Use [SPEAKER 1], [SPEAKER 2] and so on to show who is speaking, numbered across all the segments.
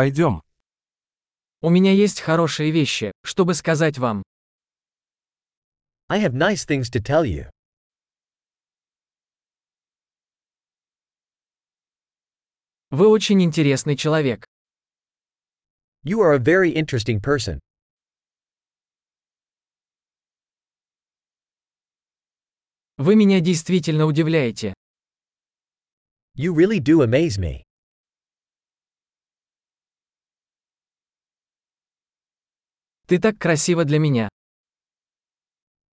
[SPEAKER 1] Пойдем.
[SPEAKER 2] У меня есть хорошие вещи, чтобы сказать вам.
[SPEAKER 3] I have nice things to tell you.
[SPEAKER 2] Вы очень интересный человек.
[SPEAKER 3] You are a very interesting person.
[SPEAKER 2] Вы меня действительно удивляете.
[SPEAKER 3] You really do amaze me.
[SPEAKER 2] Ты так красива для меня.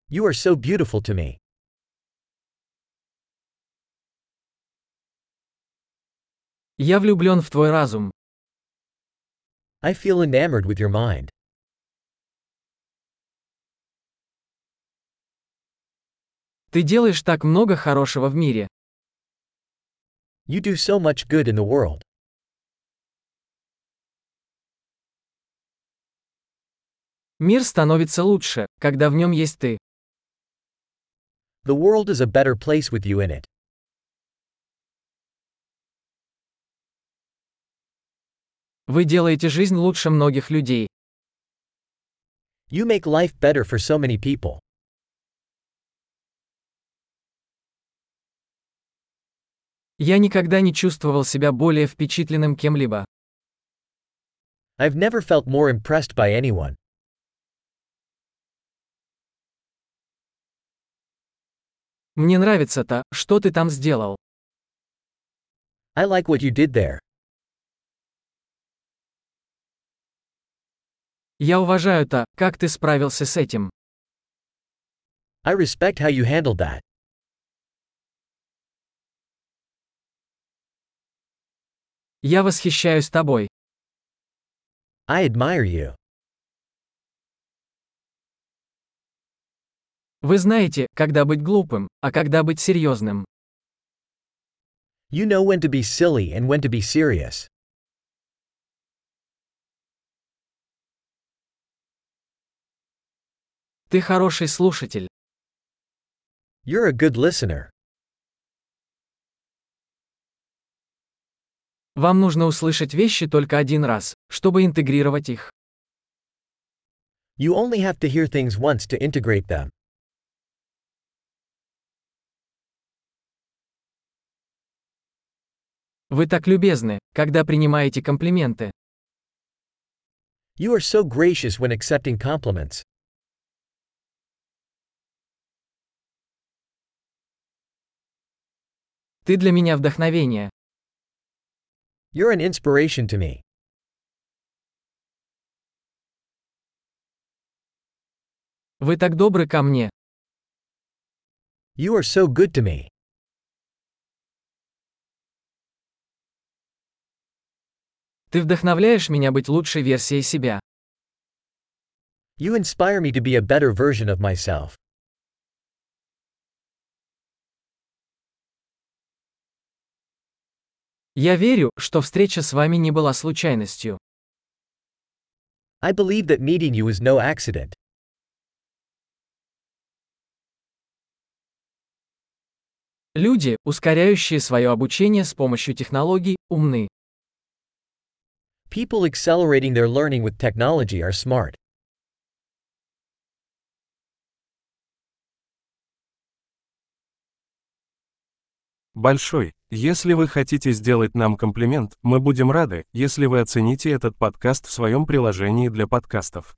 [SPEAKER 3] You are so beautiful to me.
[SPEAKER 2] Я влюблен в твой разум.
[SPEAKER 3] I feel enamored with your mind.
[SPEAKER 2] Ты делаешь так много хорошего в мире.
[SPEAKER 3] You do so much good in the world.
[SPEAKER 2] Мир становится лучше, когда в нем есть ты.
[SPEAKER 3] The world is a better place with you in it.
[SPEAKER 2] Вы делаете жизнь лучше многих людей.
[SPEAKER 3] You make life better for so many people.
[SPEAKER 2] Я никогда не чувствовал себя более впечатленным кем-либо.
[SPEAKER 3] I've never felt more impressed by anyone.
[SPEAKER 2] Мне нравится то, что ты там сделал.
[SPEAKER 3] I like what you did there.
[SPEAKER 2] Я уважаю то, как ты справился с этим.
[SPEAKER 3] I respect how you handled that.
[SPEAKER 2] Я восхищаюсь тобой.
[SPEAKER 3] I admire you.
[SPEAKER 2] Вы знаете, когда быть глупым, а когда быть серьезным.
[SPEAKER 3] You know when to be silly and when to be serious.
[SPEAKER 2] Ты хороший слушатель.
[SPEAKER 3] You're a good listener.
[SPEAKER 2] Вам нужно услышать вещи только один раз, чтобы интегрировать их.
[SPEAKER 3] You only have to hear things once to integrate them.
[SPEAKER 2] Вы так любезны, когда принимаете комплименты.
[SPEAKER 3] You are so gracious when accepting compliments.
[SPEAKER 2] Ты для меня вдохновение.
[SPEAKER 3] You're an inspiration to me.
[SPEAKER 2] Вы так добры ко мне.
[SPEAKER 3] You are so good to me.
[SPEAKER 2] Ты вдохновляешь меня быть лучшей версией себя.
[SPEAKER 3] You inspire me to be a better version of myself.
[SPEAKER 2] Я верю, что встреча с вами не была случайностью.
[SPEAKER 3] I believe that meeting you is no accident.
[SPEAKER 2] Люди, ускоряющие свое обучение с помощью технологий, умны.
[SPEAKER 3] People accelerating their learning with technology are smart.
[SPEAKER 1] Большой. Если вы хотите сделать нам комплимент, мы будем рады, если вы оцените этот подкаст в своем приложении для подкастов.